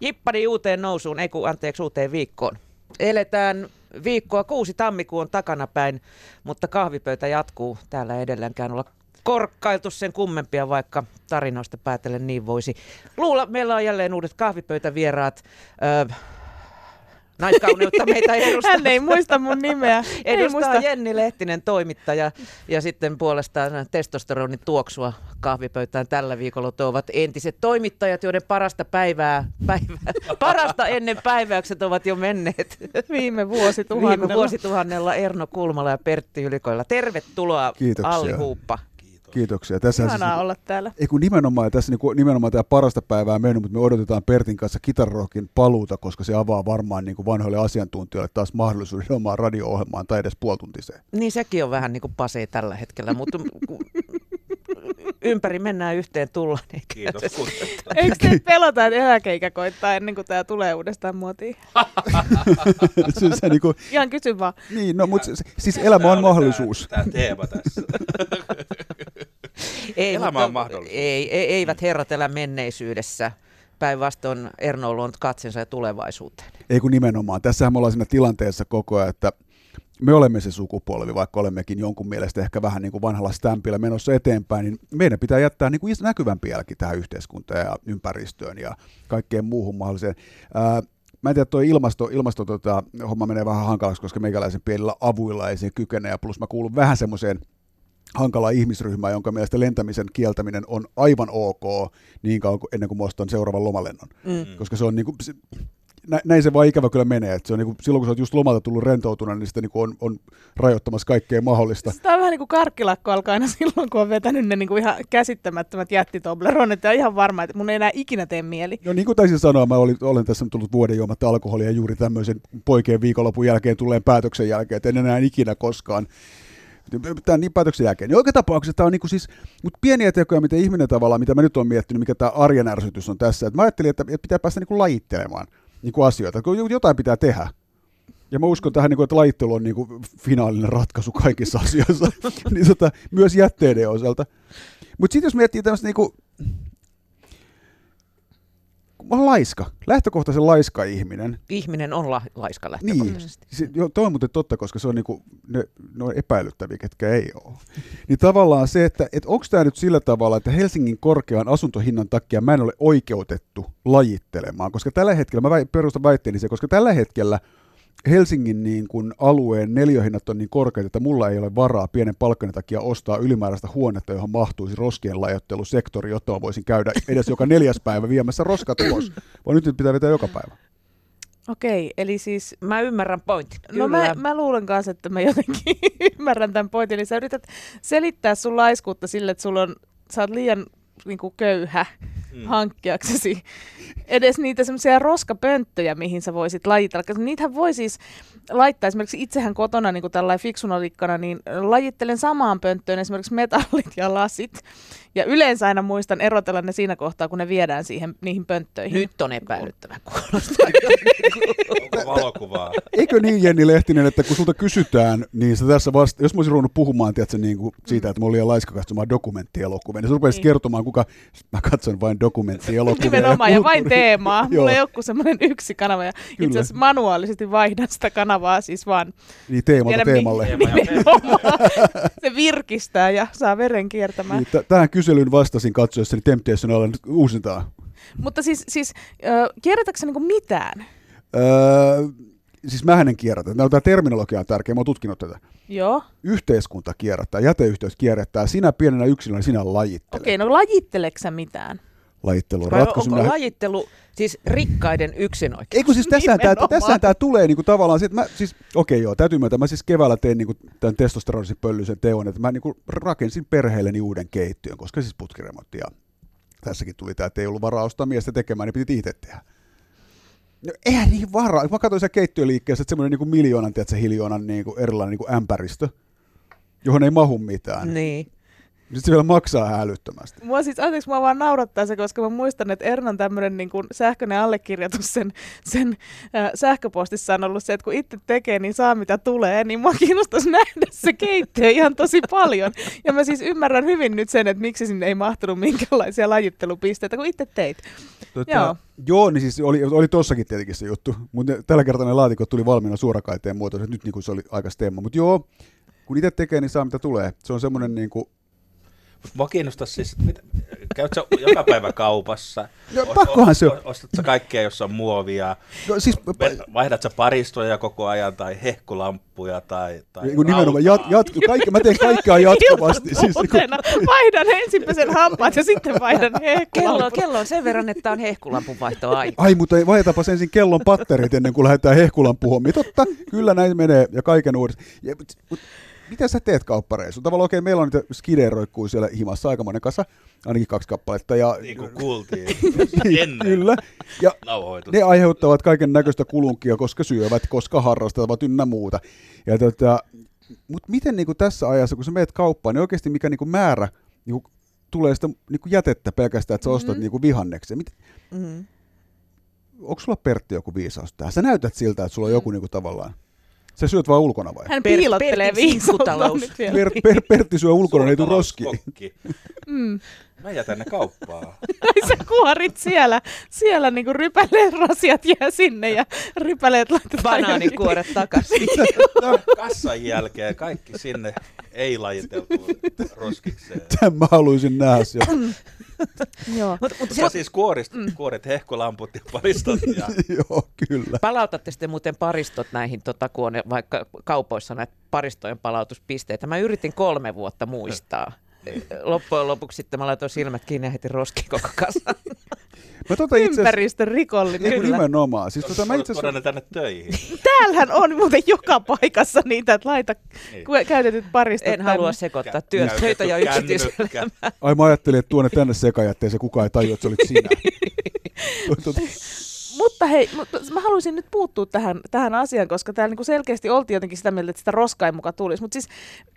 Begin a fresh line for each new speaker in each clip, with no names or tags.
Jippari uuteen nousuun, ei kun anteeksi uuteen viikkoon. Eletään viikkoa kuusi tammikuun takana päin, mutta kahvipöytä jatkuu. Täällä ei edelleenkään olla korkkailtu sen kummempia, vaikka tarinoista päätellen niin voisi. Luulla, meillä on jälleen uudet kahvipöytävieraat. Öö, naiskauneutta meitä edustaa.
Hän ei muista mun nimeä. Ei
Edustaa
muista.
Jenni Lehtinen toimittaja ja sitten puolestaan testosteronin tuoksua kahvipöytään tällä viikolla tuovat entiset toimittajat, joiden parasta päivää, päivää parasta ennen päiväykset ovat jo menneet.
Viime
Viime
vuosituhannella.
vuosituhannella Erno Kulmala ja Pertti Ylikoilla. Tervetuloa
Kiitoksia.
Alli Huuppa.
Kiitoksia. Tässä
Ihanaa olla täällä.
ei kun nimenomaan, tässä niin kuin, nimenomaan tämä parasta päivää mennyt, mutta me odotetaan Pertin kanssa kitarrokin paluuta, koska se avaa varmaan niin kuin vanhoille asiantuntijoille taas mahdollisuuden omaan radio-ohjelmaan tai edes puoltuntiseen.
Niin sekin on vähän niin kuin pasee tällä hetkellä, mutta kun ympäri mennään yhteen tullaan. niin
Kiitos kutsusta.
Eikö te pelota, että eläkeikä koittaa ennen kuin tämä tulee uudestaan muotiin?
se, se, niin, kuin,
Ihan kysy vaan.
niin no, mutta se, siis elämä on mahdollisuus.
Tämä teema tässä.
Ei,
Elämä
mutta
on mahdollisuus.
Ei, ei, eivät herrat elä menneisyydessä. Päinvastoin Erno on luonut katsensa ja tulevaisuuteen.
Ei kun nimenomaan. Tässähän me ollaan siinä tilanteessa koko ajan, että me olemme se sukupolvi, vaikka olemmekin jonkun mielestä ehkä vähän niin kuin vanhalla stämpillä menossa eteenpäin, niin meidän pitää jättää niin kuin is- näkyvämpi jälki tähän yhteiskuntaan ja ympäristöön ja kaikkeen muuhun mahdolliseen. Ää, Mä en tiedä, toi ilmasto, ilmasto tota, homma menee vähän hankalaksi, koska meikäläisen pienillä avuilla ei siihen kykene, ja plus mä kuulun vähän semmoiseen hankala ihmisryhmä, jonka mielestä lentämisen kieltäminen on aivan ok niin kauan kuin, ennen kuin mä ostan seuraavan lomalennon.
Mm.
Koska se on niin kuin, se, nä, näin se vaan ikävä kyllä menee. että se on niin kuin, silloin kun sä oot just lomalta tullut rentoutuna, niin sitten niin kuin on, on rajoittamassa kaikkea mahdollista.
Tämä on vähän niin kuin karkkilakko alkaa aina silloin, kun on vetänyt ne niin kuin ihan käsittämättömät jättitobleronit. Ja ihan varma, että mun ei enää ikinä tee mieli.
No niin kuin taisin sanoa, mä olin, olen tässä tullut vuoden juomatta alkoholia juuri tämmöisen poikien viikonlopun jälkeen tulleen päätöksen jälkeen, että en enää ikinä koskaan tämän niin päätöksen jälkeen. Niin joka tapauksessa tämä on niinku siis, mut pieniä tekoja, mitä ihminen tavallaan, mitä mä nyt olen miettinyt, mikä tämä arjen ärsytys on tässä. Et mä ajattelin, että että pitää päästä niinku lajittelemaan niinku asioita, kun jotain pitää tehdä. Ja mä uskon tähän, niinku, että lajittelu on niinku finaalinen ratkaisu kaikissa asioissa, niin tota, myös jätteiden osalta. Mutta sitten jos miettii tämmöistä niinku, kun mä oon laiska, lähtökohtaisen laiska ihminen,
Ihminen on la- laiska
niin,
lähtökohtaisesti.
se, joo, toi on muuten totta, koska se on niinku, ne, ne on epäilyttäviä, ketkä ei ole. Niin tavallaan se, että et onko tämä nyt sillä tavalla, että Helsingin korkean asuntohinnan takia mä en ole oikeutettu lajittelemaan, koska tällä hetkellä, mä väi- perustan väitteeni se, koska tällä hetkellä Helsingin niin kun alueen neljöhinnat on niin korkeat, että mulla ei ole varaa pienen palkkani takia ostaa ylimääräistä huonetta, johon mahtuisi roskien lajottelusektori, jotta mä voisin käydä edes joka neljäs päivä viemässä roskat ulos. Vaan nyt niitä pitää vetää joka päivä.
Okei, eli siis...
Mä ymmärrän pointin.
No mä, mä luulen kanssa, että mä jotenkin ymmärrän tämän pointin. Eli sä yrität selittää sun laiskuutta sille, että sulla on, sä oot liian niin kuin köyhä
Hmm.
mm. hankkiaksesi edes niitä semmoisia roskapönttöjä, mihin sä voisit lajitella. Koska niitähän voi siis laittaa esimerkiksi itsehän kotona niin kuin tällainen fiksuna likkana, niin lajittelen samaan pönttöön esimerkiksi metallit ja lasit. Ja yleensä aina muistan erotella ne siinä kohtaa, kun ne viedään siihen, niihin pönttöihin.
Nyt on epäilyttävä kuulostaa.
Onko valokuvaa?
Eikö niin, Jenni Lehtinen, että kun sulta kysytään, niin sä tässä vasta, jos mä olisin ruvennut puhumaan tiedätkö, niin kuin siitä, että mä olin liian laiska katsomaan dokumenttielokuvia, niin sä rupesit
Mm. Niin.
kertomaan, kuka mä katson vain dokumenttielokuvia.
Nimenomaan, ja vain
kulttuuri-
teemaa.
Joo,
Mulla ei ole kuin semmoinen yksi kanava. Ja
Kyllä.
itse asiassa manuaalisesti vaihdan sitä kanavaa siis vaan
niin teemalta
Tiedä, mi-
teemalle.
Teema ja
nimenomaan. Se virkistää ja saa veren kiertämään.
Niin, t- tähän kyselyyn vastasin katsoessani Temptation Island uusintaan.
Mutta siis, siis äh, kierrätätkö sä niinku mitään?
Öö, siis mähän en kierrätä. No, tämä terminologia on tärkeä, mä oon tutkinut tätä.
Joo.
Yhteiskunta kierrättää, jäteyhteys kierrättää, sinä pienenä yksilönä sinä lajittelet.
Okei, no lajitteleksä mitään?
Lajittelu on
Vai
ratkaisu.
onko
Minä-
lajittelu siis rikkaiden yksinoikeus?
Ei kun siis tässähän tämä,
Nimenomaan.
tässähän tää tulee niinku tavallaan se, että mä siis, okei joo, täytyy myöntää, mä siis keväällä tein niinku tämän testosteronisen pöllyisen teon, että mä niinku rakensin perheelleni uuden keittiön, koska siis putkiremontti ja tässäkin tuli tämä, että ei ollut varaa ostaa miestä tekemään, niin piti itse tehdä. No eihän niihin varaa. Mä katsoin siellä keittiöliikkeessä, että semmoinen niinku miljoonan, tiedätkö, hiljoonan niinku erilainen niinku ämpäristö, johon ei mahu mitään.
Niin.
Sitten se vielä maksaa ihan älyttömästi.
Mua siis, anteeksi, mua vaan naurattaa se, koska mä muistan, että Ernan tämmöinen niin kuin sähköinen allekirjoitus sen, sen äh, sähköpostissa on ollut se, että kun itse tekee, niin saa mitä tulee, niin mua kiinnostaisi nähdä se keittiö ihan tosi paljon. Ja mä siis ymmärrän hyvin nyt sen, että miksi sinne ei mahtunut minkälaisia lajittelupisteitä, kun itse teit.
Tota,
Joo.
joo, niin siis oli, oli tossakin tietenkin se juttu, mutta tällä kertaa ne laatikot tuli valmiina suorakaiteen muotoon, nyt niin kuin se oli aika stemma. Mutta joo, kun itse tekee, niin saa mitä tulee. Se on semmoinen niin kuin,
Mut mua kiinnostaa siis, että mitä, käyt sä joka päivä kaupassa?
No, pakkohan se on.
o- Ostat sä kaikkea, jossa on muovia?
no, siis,
Ve- Vaihdat sä paristoja koko ajan tai hehkulamppuja tai, tai
niin kuin nimenomaan jat,
rautaa?
jat, kaikki, mä teen kaikkea jatkuvasti. Siis, niin kuin,
Iltapuhteena vaihdan ensimmäisen hampaat ja sitten vaihdan
Kello,
hehkulampun.
kello on sen verran, että on hehkulampun vaihtoaika.
ai, mutta ei- vaihdetaanpas ensin kellon patterit ennen kuin lähdetään hehkulan puhumaan. Totta, kyllä näin menee ja kaiken uudestaan. Ja, mut, mut, mitä sä teet kauppareissulla? Tavallaan okei, meillä on niitä skideroikkuu siellä himassa aikamoinen kasa, ainakin kaksi kappaletta. Ja,
Niin kuin kuultiin
Niin,
ennen No
Kyllä. Ja
nauhoitusta.
ne aiheuttavat kaiken näköistä kulunkia, koska syövät, koska harrastavat ynnä muuta. Ja tota, mutta miten niinku tässä ajassa, kun sä meet kauppaan, niin oikeasti mikä niinku määrä niinku tulee sitä niinku jätettä pelkästään, että sä ostat mm-hmm. niinku vihanneksen? Mit,
Mm.
onko sulla Pertti joku viisaus tähän? Sä näytät siltä, että sulla on joku niinku tavallaan. Sä syöt vaan ulkona vai?
Mm. Hän
Per-
piilottelee
Pertin
viisautta
sinkkutalous.
nyt vielä.
Per, per, Pertti syö ulkona, niin ei tule
Suurtaloukskokki.
roskiin.
Mm.
Mä jätän ne kauppaa.
Ai sä kuorit siellä, siellä niinku rypäleet rasiat jää sinne ja rypäleet laitetaan
Banaanikuoret takaisin.
Kassan jälkeen kaikki sinne ei lajiteltu roskikseen.
Tämän mä haluaisin nähdä siellä.
jonnekin. Mm. Joo.
Mut, tota mut
Sä siis kuorist,
Mm.
kuoret hehkulamput ja paristot ja
Joo, kyllä.
Palautatte sitten muuten paristot näihin, tota, kun on vaikka kaupoissa näitä paristojen palautuspisteitä. Mä yritin kolme vuotta muistaa.
Niin.
Loppujen lopuksi sitten mä laitoin silmät kiinni ja heti roskiin koko kasan.
Mä tota
siis-
itse asiassa-
Ympäristörikollinen.
Ei, kun
Kyllä.
nimenomaan. Siis tota, mä itse asiassa- Niin.
tuoda ne tänne töihin.
Täällähän on muuten joka paikassa niitä, että laita
Niin.
ku- käytetyt paristot.
En halua
tänne.
sekoittaa työt, töitä ja
Käytetty
yksityisyyttä.
kännykkä.
Ai mä ajattelin, että tuonne tänne sekajätteeseen kukaan ei tajua, että se olit sinä. Tuota,
siis.
Mutta hei, mutta mä haluaisin nyt puuttua tähän, tähän asiaan, koska täällä niinku selkeästi oltiin jotenkin sitä mieltä, että sitä roskaa ei muka tulisi. Mutta siis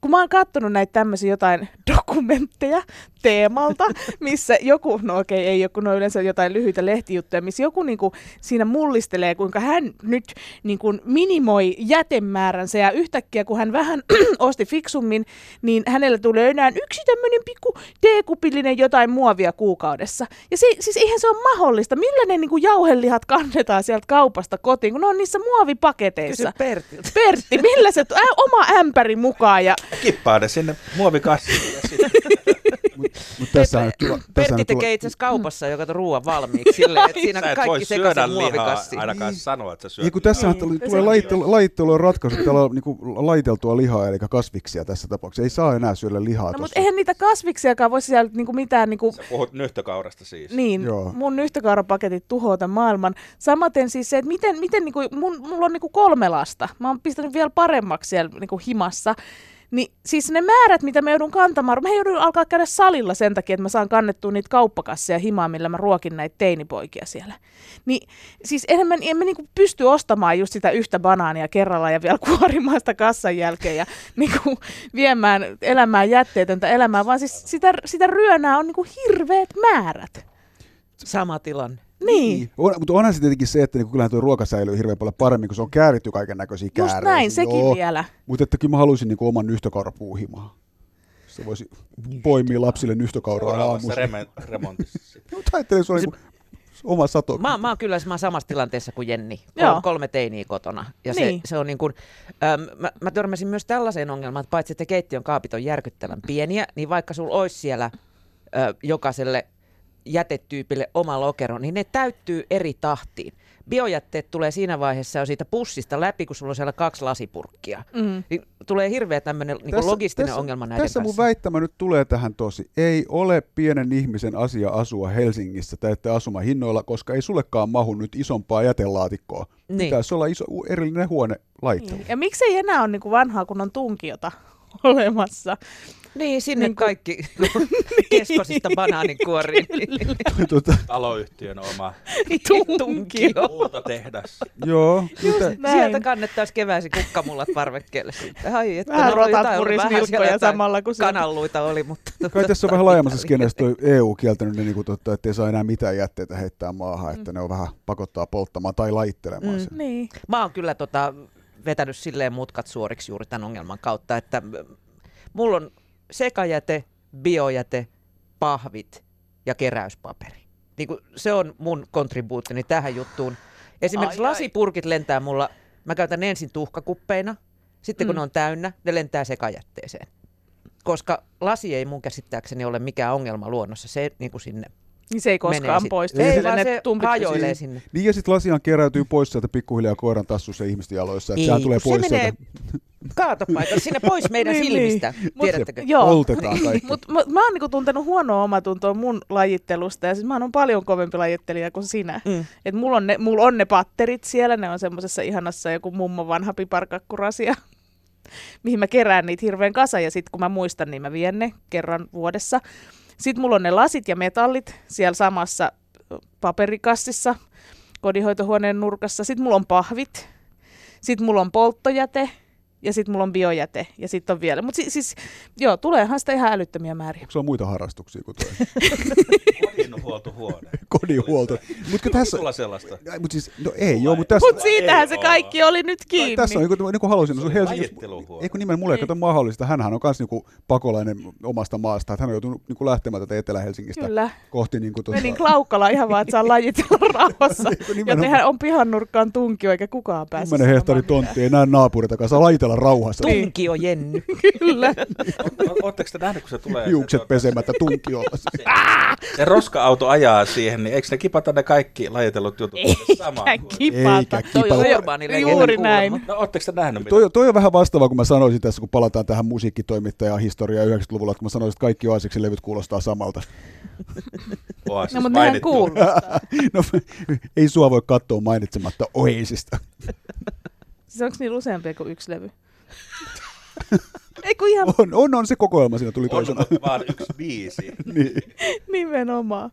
kun mä oon katsonut näitä tämmöisiä jotain dokumentteja teemalta, missä joku, no okei ei joku, no yleensä jotain lyhyitä lehtijuttuja, missä joku niinku siinä mullistelee, kuinka hän nyt niinku minimoi jätemääränsä ja yhtäkkiä kun hän vähän osti fiksummin, niin hänellä tulee enää yksi tämmöinen pikku teekupillinen jotain muovia kuukaudessa. Ja se, siis eihän se ole mahdollista. Millä ne niinku jauhelihat kannetaan sieltä kaupasta kotiin, kun ne on niissä muovipaketeissa?
Kysy Pertiltä.
Pertti, millä se t- ä, oma ämpäri mukaan ja
Kippaa ne sinne muovikassiin ja sitten
Mutta tässä on tulla, tässä
Pertti tekee itse asiassa kaupassa, joka on ruoan valmiiksi silleen, että siinä
sä
on
et voi
kaikki
syödä
sekaisin
lihaa
muovikassiin.
ainakaan
Niin.
sanoa, että sä syöt
ja kun tässä
lihaa.
tulee, tulee lajittelu, lajittelu on ratkaisu, täällä on niinku laiteltua lihaa, eli kasviksia tässä tapauksessa. Ei saa enää syödä lihaa
No, mutta
tossa.
eihän niitä kasviksiakaan voi sisällyt niinku mitään, niinku,
Sä puhut nyhtökaurasta siis.
niin,
Joo.
mun yhtäkaurapaketit tuhoota maailman. Samaten siis se, että miten, miten niinku, mun, mulla on niinku kolme lasta. Mä oon pistänyt vielä paremmaksi siellä niinku himassa. Niin siis ne määrät, mitä mä joudun kantamaan, mä joudun alkaa käydä salilla sen takia, että mä saan kannettua niitä kauppakasseja himaa, millä mä ruokin näitä teinipoikia siellä. Niin siis enemmän emme niinku pysty ostamaan just sitä yhtä banaania kerralla ja vielä kuorimaan sitä kassan jälkeen ja niinku viemään elämää jätteetöntä elämää, vaan siis sitä, sitä ryönää on niinku hirveät määrät.
Sama tilanne.
Niin.
On, mutta onhan se tietenkin se, että niinku, kyllähän tuo ruoka säilyy hirveän paljon paremmin, kun se on kääritty kaiken näköisiä
Just
kääreisiä.
näin, sekin
Joo.
vielä.
Mutta että kyllä mä haluaisin niinku oman nyhtökaurapuuhimaa. Se voisi poimia lapsille nyhtökauraa
Seuraavassa
aamuisin.
reme- remontissa sitten.
Mutta ajattelin, että se on niinku oma sato.
Mä, mä oon kyllä mä oon samassa tilanteessa kuin Jenni. Joo.
Joo.
On kolme teiniä kotona. Ja
Niin.
niin. se, se on niin kuin, äm, mä, mä törmäsin myös tällaiseen ongelmaan, että paitsi että keittiön kaapit on järkyttävän pieniä, niin vaikka sulla olisi siellä ö, jokaiselle jätetyypille oma lokero, niin ne täyttyy eri tahtiin. Biojätteet tulee siinä vaiheessa jo siitä pussista läpi, kun sulla on siellä kaksi lasipurkkia.
Mm.
Niin tulee hirveä tämmöinen niin logistinen tässä, ongelma näiden
Tässä mun
kanssa.
väittämä nyt tulee tähän tosi. Ei ole pienen ihmisen asia asua Helsingissä tai että asuma hinnoilla, koska ei sullekaan mahu nyt isompaa jätelaatikkoa.
Niin.
Pitäisi olla iso u-
Niin.
erillinen huone laitteluun.
Ja miksei enää ole niinku vanhaa, kun on tunkiota olemassa.
Niin, sinne
Niin
niin
kuin-
kaikki keskosista banaaninkuoriin Niin.
tota,
Taloyhtiön oma
tunki.
kultatehdas.
joo, kyllä tä-
Näin.
Sieltä kannettaisiin keväisin kukkamullat parvekkeelle. sitten. Ai, että
Vähän
no,
rotat
jotain oli,
puris
vähän siellä
nilkkoja
jotain
samalla, kun sieltä-
Kanalluita oli, mutta...
kai tässä on vähän laajemmassa skeneessä toi EU kieltänyt ne, niin kuin, totta, ettei saa enää mitään jätteitä heittää maahan, että ne on vähän pakottaa polttamaan tai laittelemaan
Mm.
sen.
Niin.
Mä oon kyllä tota, vetänyt silleen mutkat suoriksi juuri tämän ongelman kautta, että mm, mulla on sekajäte, biojäte, pahvit ja keräyspaperi. Niin kun se on mun kontribuuttini tähän juttuun. Esimerkiksi
Ai, ai.
lasipurkit lentää mulla, mä käytän ne ensin tuhkakuppeina, sitten kun
Mm.
ne on täynnä, ne lentää sekajätteeseen. Koska lasi ei mun käsittääkseni ole mikään ongelma luonnossa, se niin kuin sinne
Niin se ei
menee
koskaan
sit-
poistu.
Ei,
Siellä
vaan
ne
se
tumpit-
hajoilee
Siis-
sinne.
Niin ja sitten lasiaan keräytyy pois sieltä pikkuhiljaa koiran tassussa ja ihmisten jaloissa, että
Ei,
sehän tulee
kun
pois
Niin. se menee
sieltä.
kaatopaikalla, sinne pois meidän
Niin,
silmistä,
Mut
tiedättekö?
se
Joo.
poltetaan kaikki.
Mut, mä, mä oon niinku tuntenut huonoa omatuntoa mun lajittelusta ja siis mä oon paljon kovempi lajittelija kuin sinä.
Mm.
Et mulla on, ne, mulla on ne patterit siellä, ne on semmosessa ihanassa joku mummo vanha piparkakkurasia, mihin mä kerään niitä hirveän kasa ja sit kun mä muistan, niin mä vien ne kerran vuodessa. Sitten mulla on ne lasit ja metallit siellä samassa paperikassissa, kodinhoitohuoneen nurkassa. Sitten mulla on pahvit, sitten mulla on polttojäte ja sitten mulla on biojäte ja sitten on vielä. Mutta si- siis, joo, tuleehan sitä ihan älyttömiä määriä.
Onko sulla muita harrastuksia kuin toi
Kodinhuoltohuone.
kodinhuolto? Mutta tässä...
Sulla sellaista.
Ai, Mut siis, no ei, joo, mutta tässä...
Mutta siitähän
ei
se
oo.
kaikki oli nyt kiinni.
Tässä on, niin kuin, niin kuin halusin,
Se
se on
oli
Helsingin,
lajitteluhuone.
ei kun nimen mulle ei
Niin.
kato mahdollista, hänhän on myös niin pakolainen omasta maasta, että hän on joutunut niin kuin lähtemään tätä Etelä-Helsingistä
Kyllä.
kohti niin kuin, tuota,
Menin Klaukkalaan ihan vaan, että saa lajitella rauhassa.
Niin, nimenomaan.
Joten hän on pihan nurkkaan tunkio, eikä kukaan pääse
10 hehtaari
siis sanomaan
tontti, ei näe naapurita kanssa, laitella rauhassa,
Niin.
Tunkio Jenny.
mitään. Kyllä.
Oletteko te nähneet, kun se tulee? se,
hiukset
tuota,
pesemättä tunkiolla.
se roska-auto ajaa siihen, niin eikö ne kipata ne kaikki lajitellut jutut samaan?
Eikä
huoneeseen?
kipata.
Eikä
Toi on
Kipalo-
urbaani
Juuri näin.
No oletteko te nähneet? mitä-
Toi, toi on vähän vastaavaa, kun mä sanoisin tässä, kun palataan tähän musiikkitoimittajan historiaan 90-luvulla, että kun mä sanoisin, että kaikki Oasiksen levyt kuulostaa samalta.
Oasis
No, mutta nehän
siis mainittu.
kuulostaa.
No, ei sua voi katsoa mainitsematta Oasista.
Siis onko niillä useampia kuin yksi levy? Ei kun ihan
On, on, on se kokoelma, siinä tuli
On,
toisena.
mutta vaan yksi biisi.
Niin.
nimenomaan.